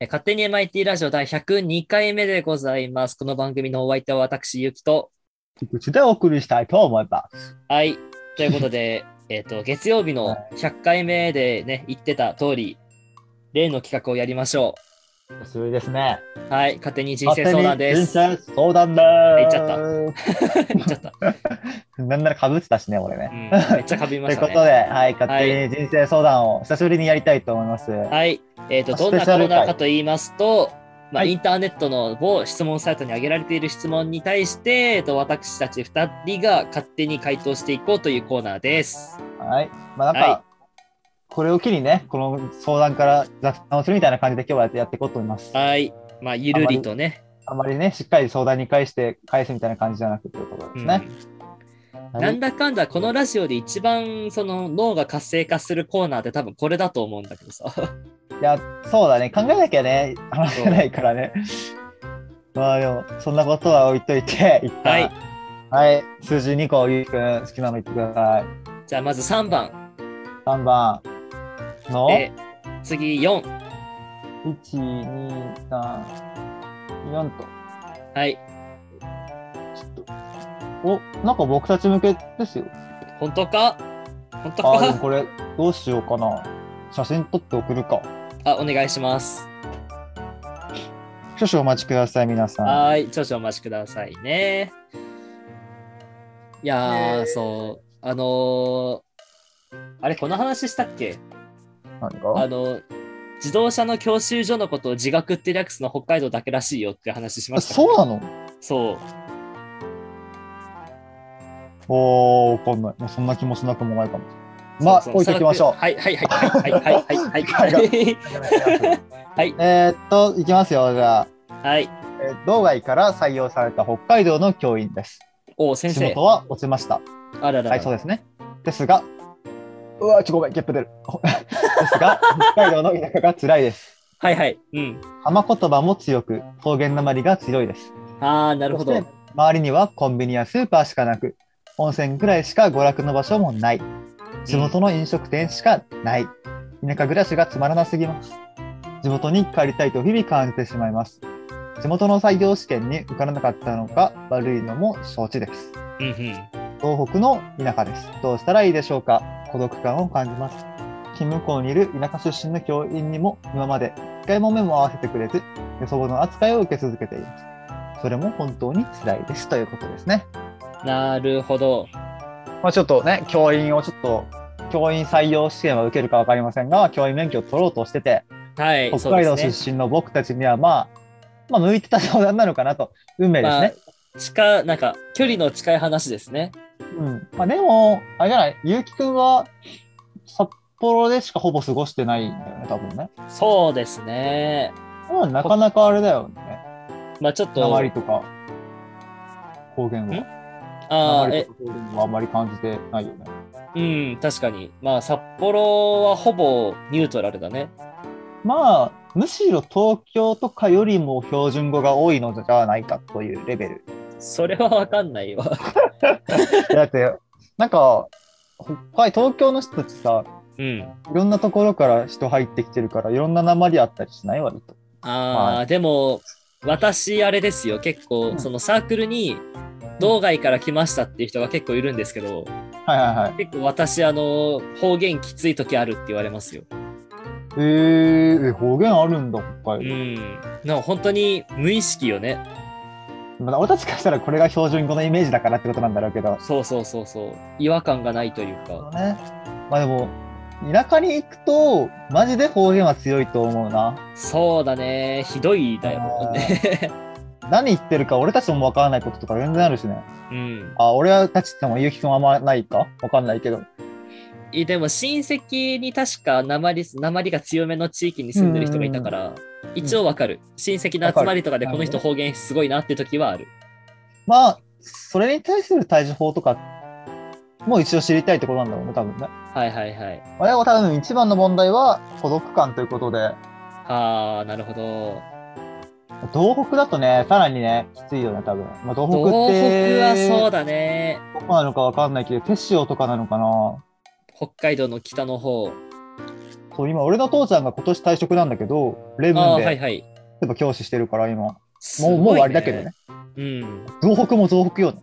え勝手に MIT ラジオ第102回目でございます。この番組のお相手は私、ゆきと。菊池でお送りしたいと思います。はい。ということで、 えっと、月曜日の100回目でね、言ってた通り、例の企画をやりましょ久しぶりですね。う。はい。勝手に人生相談です。勝手に人生相談で言す。っち言っ ちゃった。った。なんならかぶってたしね、俺うん、ね。めっちゃかぶりとまいしうたことね。で、はい、勝手に人生相談を久しぶりにやりたいと思います。はい。えっ、と、どんなスペコシャルー回ナーかと言いますと、まあ、はいインターネットの某質問サイトに挙げられている質問に対して、えっと、私たち2人が勝手に回答していこうというコーナーです。はい。まあ、なんか、はこれを機にね、この相談から雑談をするみたいな感じで今日はやってやっていこうと思います。はい。まあ、ゆるりとね。あんまりね、しっかり相談に返して返すみたいな感じじゃなくてということですね。うん、はないんだかんだこのラジオで一番その脳が活性化するコーナーって多分これだと思うんだけどさ。 いや、そうだね。考えなきゃね、話せないからね。まあでも、そんなことは置いといて、一はい旦。はい。数字2個、ゆうきくん、好きなの言ってください。じゃあまず3番。 3番の、1、え次4。 2、3、4と。はい。ちょっと。お、なんか僕たち向けですよ。本当か本当あー、でもかこれ、どうしようかな。写真撮って送るか。あお願いします。少々お待ちください、皆さん。はい、少々お待ちくださいね。いやー、ねーそう、あのーあれ、この話したっけ何あがの、自動車の教習所のことを自学って略すの北海道だけらしいよって話しまあしたっそうなのけ。そう。おー、わかんない。もうそんな気もしなくもないかも。まあ、そうそう置いときましょう。はい、はい、はい、はい、はい、はい、はい、はい、はい。はいえーっと、いきますよ、じゃあ。 はい。えー道外から採用された北海道の教員です。お先仕生事。は落ちました。あららら。はい、そうですね。ですが、うわ、ちょ、ごめん、ゲップ出る。 ですが、北海道の田舎が辛いです。はい、はい。うん。浜言葉も強く、方言なまりが強いです。あー、なるほど。そして周りにはコンビニやスーパーしかなく、温泉くらいしか娯楽の場所もない。地元の飲食店しかない。田舎暮らしがつまらなすぎます。地元に帰りたいと日々感じてしまいます。地元の採用試験に受からなかったのが悪いのも承知です。うん、うん。東北の田舎です。どうしたらいいでしょうか孤独感を感じます。勤務校にいる田舎出身の教員にも今まで一回も目も合わせてくれず、予想の扱いを受け続けています。それも本当に辛いですということですね。なるほど。まあ、ちょっとね、教員をちょっと、教員採用試験は受けるかわかりませんが、教員免許を取ろうとしてて、はい。北海そうで道すね出身の僕たちには、まあ、まあ、向いてた相談なのかなと、運命ですね。あ、近なんか距離の近い話ですね。うん。まあ、でも、あれじゃない、ゆうきくんは、札幌でしかほぼ過ごしてないんだよね、多分ね。そうですね。まあ、なかなかあれだよね。まあちょっと、鉛とか、方言んは。ああ、鉛えと、か方言はあんまり感じてないよね。うん、確かに。まあ札幌はほぼニュートラルだね。まあ、むしろ東京とかよりも標準語が多いのじゃないかというレベル。 それはわかんないわ。だって、なんか、北海東京の人たちさ、うん。いろんなところから人入ってきてるから、いろんな鉛あったりしない割と。ああ、はでも、私、あれですよ、結構、うんそのサークルに、道外から来ましたっていう人が結構いるんですけど、はいはいはい。結構私、あの、方言きつい時あるって言われますよ。えー、え方言あるんだ、北う海道。ん。なんか本当に無意識よね。まあ、俺たちからしたらこれが標準語のイメージだからってことなんだろうけど。そうそうそうそう。違和感がないというか。ね。まあでも、田舎に行くと、マジで方言は強いと思うな。そうだね。ひどいだよね。何言ってるか俺たちもわからないこととか全然あるしね。 うん。あ、俺たちってもゆうきくんはあんまないかわかんないけど。いでも親戚に確か鉛す鉛が強めの地域に住んでる人がいたから、一応わかる。親戚の集まりとかでわこかるの人方言すごいなって時はある。まあ、それに対する対処法とか、もう一応知りたいってことなんだろうね、多分ね。はいはいはい。あれは多分一番の問題は孤独感ということで、ああ、なるほど。東北だとね、さらにね、きついよね、多分。まあ、東東北って、北はそうだね。どこなのかわかんないけど、手塩とかなのかな北海道の北の方。そう、今、俺の父ちゃんが今年退職なんだけど、レブあンあで、ー、はやいはい。っぱ教師してるから、今。すごいも、うもうあれだけどね。。うん。増北も増北よね。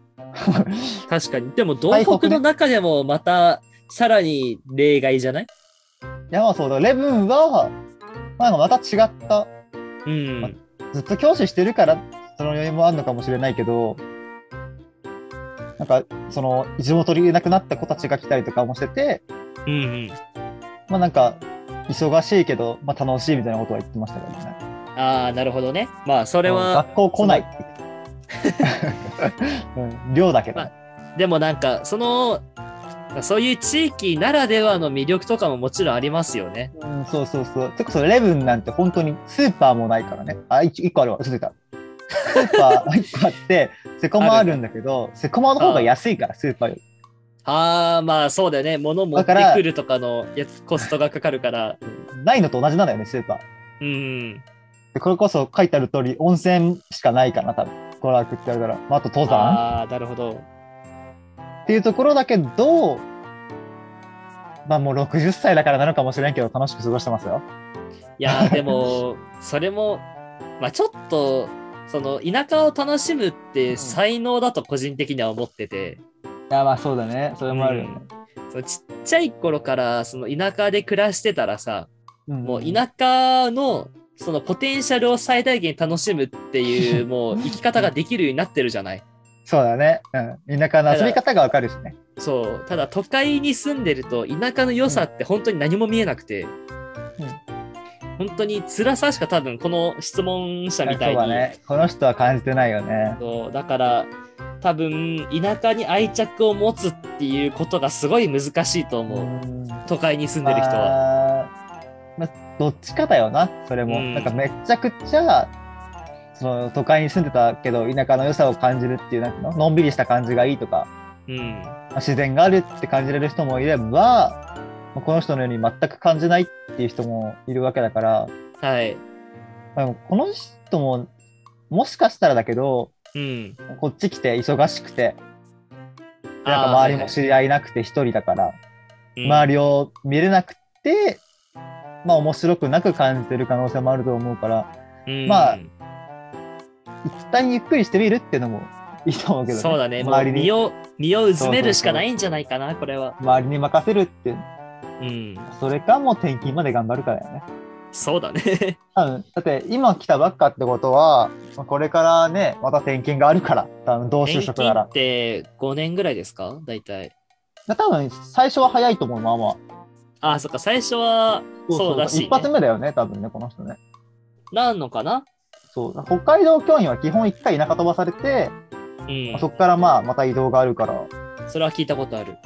確かに。でも、台東北北ねの中でもまた、さらに例外じゃないいや、まあそうだ。レブンは、まあなんかまた違った。うん。ずっと教師してるから、その余裕もあるのかもしれないけど、なんか、その、地元にいなくなった子たちが来たりとかもしてて、うんうん。まあなんか、忙しいけど、まあ楽しいみたいなことは言ってましたけどね。ああ、なるほどね。まあ、それうんは、学校来ないって言って うん寮だけどね、でもなんか、その、そういう地域ならではの魅力とかももちろんありますよね。うん、そうそうそう。てかそれレブンなんて本当にスーパーもないからね。あ、一一個あるわ。嘘ついた。スーパー 1個あって、セコマあるんだけど、セコマの方が安いから、スーパーより。ああ、まあそうだよね。物持ってだからくるとかのやつコストがかかるから。ないのと同じなんだよね、スーパー。うん。で、これこそ書いてある通り、温泉しかないかな、多分。娯楽ってあるから。まあ、あと登山ああ、なるほど。っていうところだけど、まあもう60歳だからなのかもしれんけど、楽しく過ごしてますよ。いや ーでもそれもまあちょっとその田舎を楽しむっうんて才能だと個人的には思ってて、いや、まあそうだね。それもあるよね。そのちっちゃい頃からその田舎で暮らしてたらさうんもう田舎のそのポテンシャルを最大限楽しむっていう もう生き方ができるようになってるじゃない。そうだね。うん。田舎の遊び方がわかるしね。そうただ都会に住んでると田舎の良さって本当に何も見えなくて、本当に辛さしか多分この質問者みたいにそうだね。この人は感じてないよね。そうだから多分田舎に愛着を持つっていうことがすごい難しいと思う、うん都会に住んでる人は、まあまあどっちかだよな、それも。うんなんかめちゃくちゃ、その都会に住んでたけど、田舎の良さを感じるっていう、なんかののんびりした感じがいいとか、うんまあ自然があるって感じれる人もいれば、まあこの人のように全く感じないっていう人もいるわけだから、はいまあでもこの人も、もしかしたらだけど、うんこっち来て忙しくて、でなんかあー周りも知り合いなくて一人だから、はいはい周りを見れなくて、まあ面白くなく感じてる可能性もあると思うから、うんうんまあ一旦ゆっくりしてみるっていうのもいいと思うけど、ね、そうだねもう周り身にを身をうずめるしかないんじゃないかなこれは周りに任せるって、うんそれかもう転勤まで頑張るからよね。そうだ ね多分だって今来たばっかってことは、まあこれからね、また転勤があるから、多分同就転職勤ならっ。て5年ぐらいですか大体だ多分最初は早いと思う、まあまあ。ああそっか最初はそうだしい、ね、一発目だよね、多分ね、この人ね。なんのかなそう北海道教員は基本一回田舎飛ばされて、うんそこからまあまた移動があるから、それは聞いたことある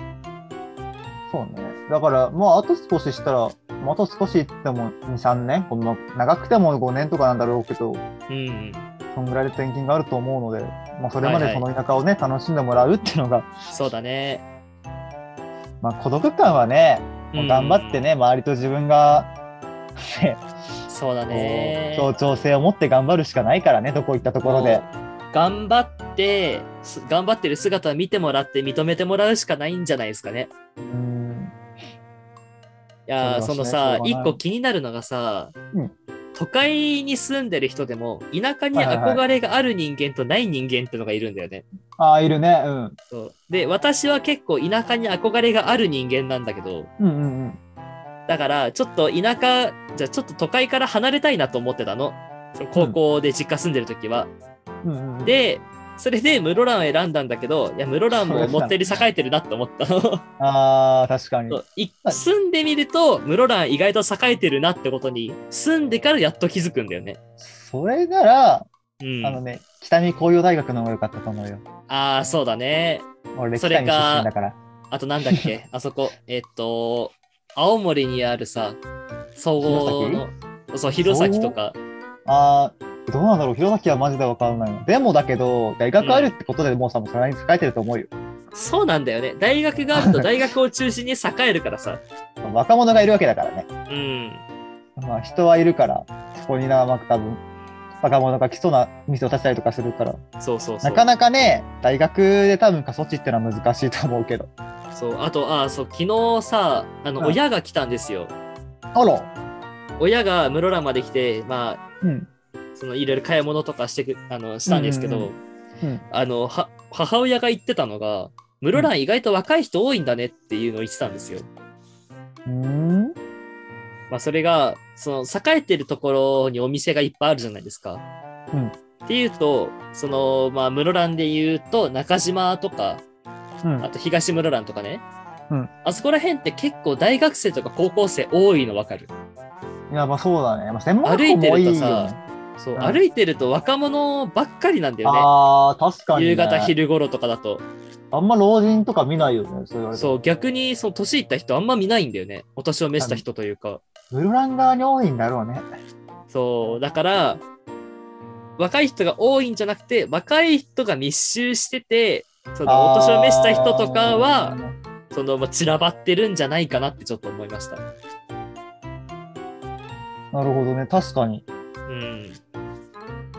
そうね。だから、まあ、あと少ししたら、まああと少しって言っても2、3年、この長くても5年とかなんだろうけど、うんうんそんぐらいで転勤があると思うので、まあ、それまはでいそはの田舎をね、楽しんでもらうっていうのが、そうだねまあ、孤独感はね、もう頑張ってねね、周りと自分が、ね、そうだね。協調性を持って頑張るしかないからね、どこ行ったところも。でう頑張って、す頑張ってる姿を見てもらって認めてもらうしかないんじゃないですかね。うん。いやーそそうでのすねさ、しょうがない一個気になるのがさ、うん都会に住んでる人でも、田舎にはいはい憧れがある人間とない人間ってのがいるんだよね。ああ、いるね。うん。そうで、私は結構田舎に憧れがある人間なんだけど、うんうんうん。だから、ちょっと田舎、じゃあちょっと都会から離れたいなと思ってたの。その高校で実家住んでる時は。うんうんうん、で、それで室蘭を選んだんだけど、いや、室蘭も思ったより栄えてるなって思ったの。ああ、確かに。そう いはい住んでみると、室蘭意外と栄えてるなってことに、住んでからやっと気づくんだよね。それなら、うん。あのね、北見工業大学の方が良かったと思うよ。ああ、そうだね。俺、そ北れ見出身かだから。あとなんだっ けあそこ、えっと、青森にあるさ、総合の、そう、弘前とか。あーどうなんだろう、弘前はマジで分かんないの。でもだけど、大学あるってことでもうさ、もうそれなりに栄えてると思うよ。そうなんだよね。大学があると大学を中心に栄えるからさ。若者がいるわけだからね。うん。まあ、人はいるから、そこにな、まあ、多分若者が来そうな店を建てたりとかするから、そうそうそう。なかなかね、大学で多分過疎地ってのは難しいと思うけど。そうあとあそう昨日さあの、うん親が来たんですよあら。親が室蘭まで来て、まあ、うん。そのいろいろ買い物とかしてくあのしたんですけど、うんうんうんあのは母親が言ってたのが室蘭意外と若い人多いんだねっていうのを言ってたんですよ。うん。まあ、それがその栄えてるところにお店がいっぱいあるじゃないですか。うんっていうとその、まあ、室蘭で言うと中島とかうんあと東室蘭とかね、うんあそこら辺って結構大学生とか高校生多いの分かる。いや、まあそうだね。まあ、専門歩学校いても多るいとよ、さね。そう、うん歩いてると若者ばっかりなんだよね。ああ、確かに、ね。夕方昼頃とかだと。あんま老人とか見ないよね。そう言われそう、逆に、その、年いった人あんま見ないんだよね。お年を召した人というか。ブルラン側に多いんだろうね。そう、だから、若い人が多いんじゃなくて、若い人が密集してて、その、お年を召した人とかは、その、まあ散らばってるんじゃないかなってちょっと思いました。あー。なるほどね。確かに。うん。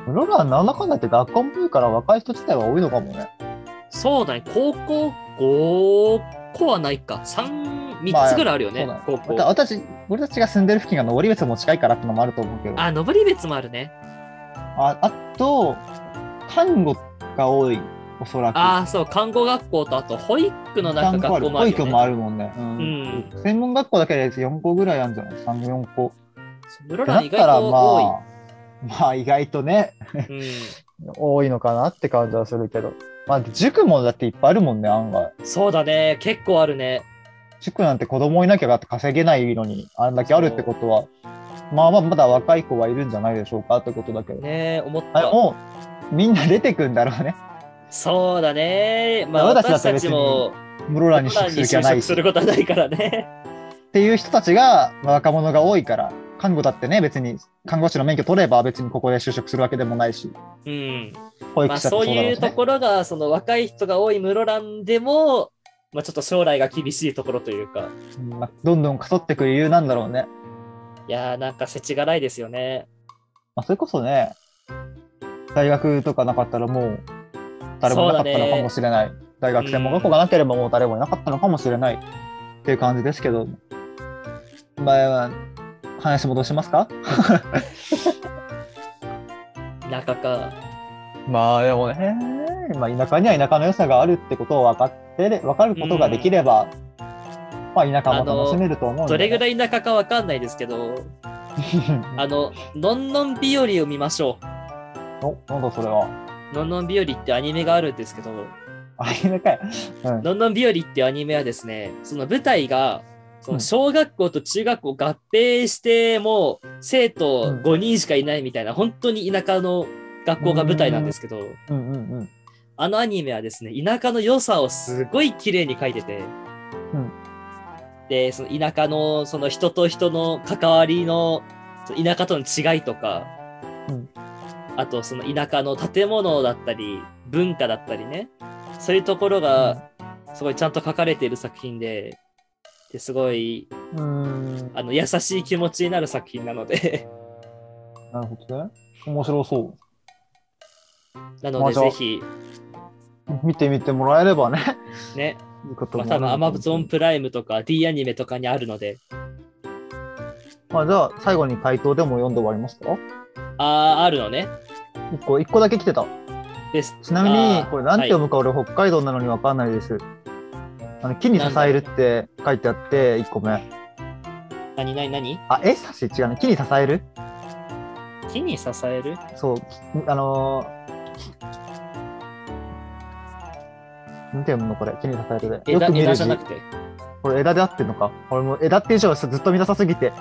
ブルランなんだかんだ言って学校も多いから若い人自体は多いのかもね。そうだね、高校5個はないか。3、ま3あつぐらいあるよそうね、だね高わた校。私、俺たちが住んでる付近が登別も近いからってのもあると思うけど。ああ、登別もあるね。あと、看護が多い、おそらく。ああ、そう、看護学校と、あと、保育のなんか学校もあ保るよ育ね。もあるもんね。う。うんん。専門学校だけで4校ぐらいあるんじゃない ?3、4校。室だ蘭っ意た外らと多い。まあ、まあ意外とね、う多いのかなって感じはするけど。まあ塾もだっていっぱいあるもんね、案外。ん、そうだね結構あるね塾なんて子供いなきゃだって稼げないのに、あんだけあるってことは、まあまあまだ若い子はいるんじゃないでしょうかってことだけど。ねえ思っあれたもう、みんな出てくんだろうね。そうだねまあ私だ私ってたちも室蘭に普段就職にする就気はない職しすることはないからねっていう人たちがまあ若者が多いから看護だってね別に看護師の免許取れば別にここで就職するわけでもないしうん保ま育あそ士だってそううだろいううし、とねころがその若い人が多い室蘭でもまあちょっと将来が厳しいところというかうんまあどんどんかそってくる理由なんだろうね、いやーなんか世知辛いですよねまあ、それこそね大学とかなかったらもう誰もいなかったのかもしれない、大学専門学校がなければもう誰もいなかったのかもしれないっていう感じですけどまあ話戻しますか田舎かまあでもね、まあ、田舎には田舎の良さがあるってことを分かってれ分かることができれば、まあ田舎も楽しめると思うんどでれね、ぐらい田舎かわかんないですけどあの「のんのん日和」を見ましょおなんだそれは。う「のんのん日和」ってアニメがあるんですけどアニメかい。うん。どんどん日和っていうアニメはですね、その舞台が、その小学校と中学校合併して、もう生徒うん5人しかいないみたいな、本当に田舎の学校が舞台なんですけど、うんうんうん。あのアニメはですね、田舎の良さをすごい綺麗に描いてて、うんで、その田舎の、その人と人の関わりの、その田舎との違いとか、うんあとその田舎の建物だったり、文化だったりね、そういうところが、すごいちゃんと書かれている作品で、ですごいうん。あの優しい気持ちになる作品なので、 なるほどね。面白そなのまあでじゃあぜひ、う。見てみてもらえればね。ね、いいことまあ、も多分ある Amazon プライムとか D アニメとかにあるので、まあじゃあ最後に回答でも読んで終わりますかあー、あるのね。一個、一個だけ来てた。ですちなみあにーこれなんて読むか俺北海道なのにわかんないです。あの木に支えるって書いてあって一個目。はい何何何あ、えさし違うね。木に支える木に支えるそう、きあのー、なんて読むのこれ、木に支えるで。よ枝く見枝るじゃ字。なくて。これ枝で合ってんのか。俺もう枝っていう字はずっと見なさすぎて、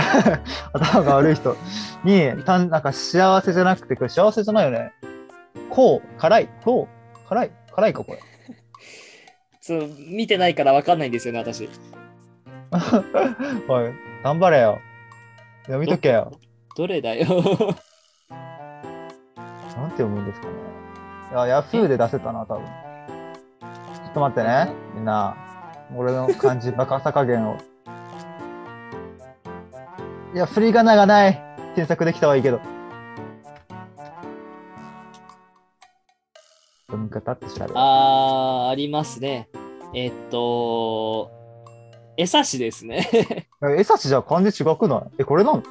頭が悪い人に、たんなんか幸せじゃなくて、これ幸せじゃないよね。こう、辛い、こう、辛い、辛いかこれ。そう見てないから分かんないんですよね、私。おい、頑張れよ。読みとけよ。どれだよ。 なんて読むんですかね。いや、ヤフーで出せたな、多分。ちょっと待ってね、みんな。俺の漢字、バカさ加減を。いや、振り仮名がない。検索できたはいいけど。読み方って調べる。あー、ありますね。えっと、餌師ですね。 え、江差じゃ漢字違くないえ、これなの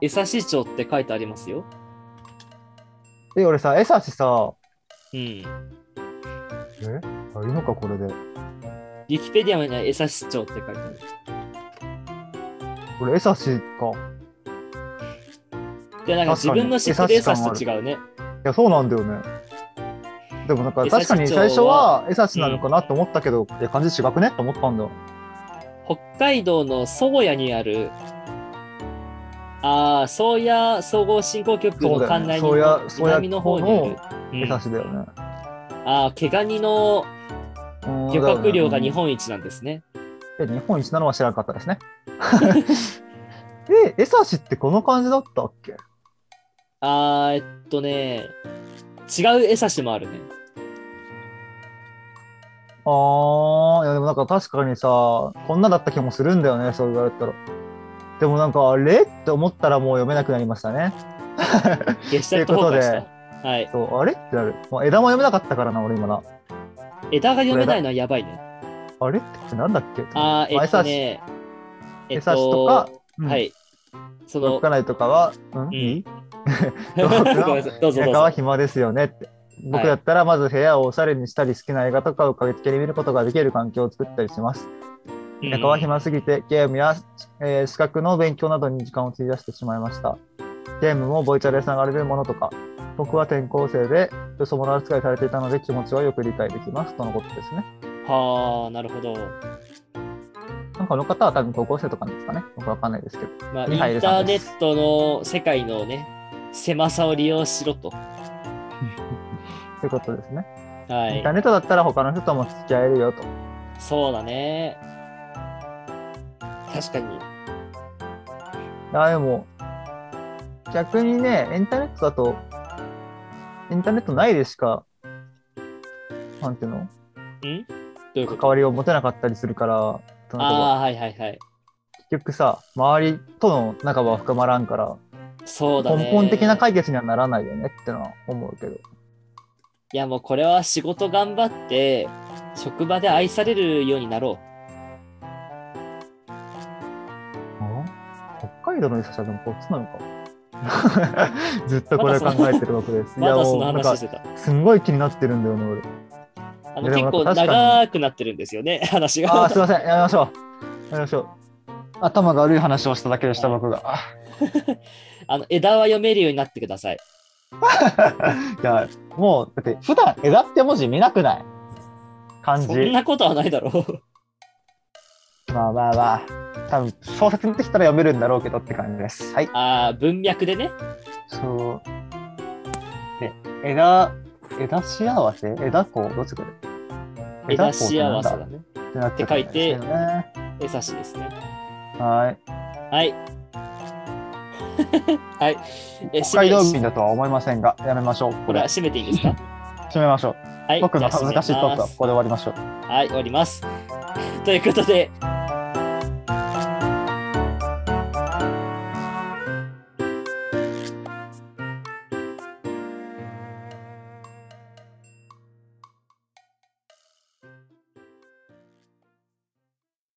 江差町って書いてありますよ。え、俺さ、江差さ、うん。えあいいのか、これで。ウィキペディアには江差町って書いてある。これ、江差か。いで、なんか確自かに分の知ってる江江差差感あると違うね。や、そうなんだよね。でもなんか、江差確かに町最初はは江差なのかなって思ったけど、いや、漢字違くねと思ったんだよ。北海道の宗谷にある、ああ、宗谷総合振興局の管内に、そうだよね宗谷宗谷南の方にある、う江ん、差あだよね。あ、毛ガニのうん漁獲量が日。だよね本一なんですね。え日本一なのは知らなかったで すね。え、江差ってこの感じだったっけああ、えっとね、違う江差もあるね。ああ、いやでもなんか確かにさ、こんなだった気もするんだよね、そう言われたら。でもなんか、あれって思ったらもう読めなくなりましたね。下したとこということかでした。はい。そう、あれってなる。まあ、枝も読めなかったからな、俺今な。枝が読めないのはやばいね。あれってなんだっけああ、えまっとね、え江っ差しとかと、、は。い。そ動の、かないとかは、うんう。 ん。どうぞごめんなさいどうぞど映う画はぞ。暇ですよねって。僕だったらまず部屋をおしゃれにしたり好きな映画とかを駆けつけに見ることができる環境を作ったりします。うん中は暇すぎてゲームや、えー資格の勉強などに時間を費やしてしまいました。ゲームもボイチャで繋がれるものとか、僕は転校生でよそ者扱いされていたので気持ちはよく理解できますとのことですね。はあ、なるほど。なんかこの方は多分高校生とかなんですかね。僕わかんないですけど。まあ、に入イるンタさーんネですットの世界のね、狭さを利用しろと。ということですね。はインいター。ネットだったら他の人とも付き合えるよと。そうだね。確かに。あでも逆にねインターネットだとインターネットないでしかなんていうのどういうこと関わりを持てなかったりするからそのああ、はいはいはい。結局さ周りとの仲は深まらんから、そうだね。根本的な解決にはならないよねってのは思うけどいやもうこれは仕事頑張って、職場で愛されるようになろ北海道の医者者でもこっちな のかずっとこれ考えてるわけです。う。まだそのいやもう話してた。なんかすんごい気になってるんだよね俺。あのいやで結も構確かに長くなってるんですよね、 話あーがすい。ません、やめましょう。やめましょう。頭が悪い話をしただけでした、僕が。 ああの枝は読めるようになってください。いや、もう、だって、普段枝って文字見なくない漢そ字ん。なことはないだろう。まあまあまあ、多分小説にできたら読めるんだろうけどって感じです。はい。ああ、文脈でね。そう。で、枝、枝幸せ枝子どっちかで。枝子っ幸せてなんだね。ってなっちゃったんですよね江差しですね。はい。はい。 はい。え、北海道締民め、だとは思いませんが、やめましょう。これは締めていいですか締めましょう。はい。僕のじゃあ恥ずかしいトークはここで終わりましょう。はい、終わります。ということで、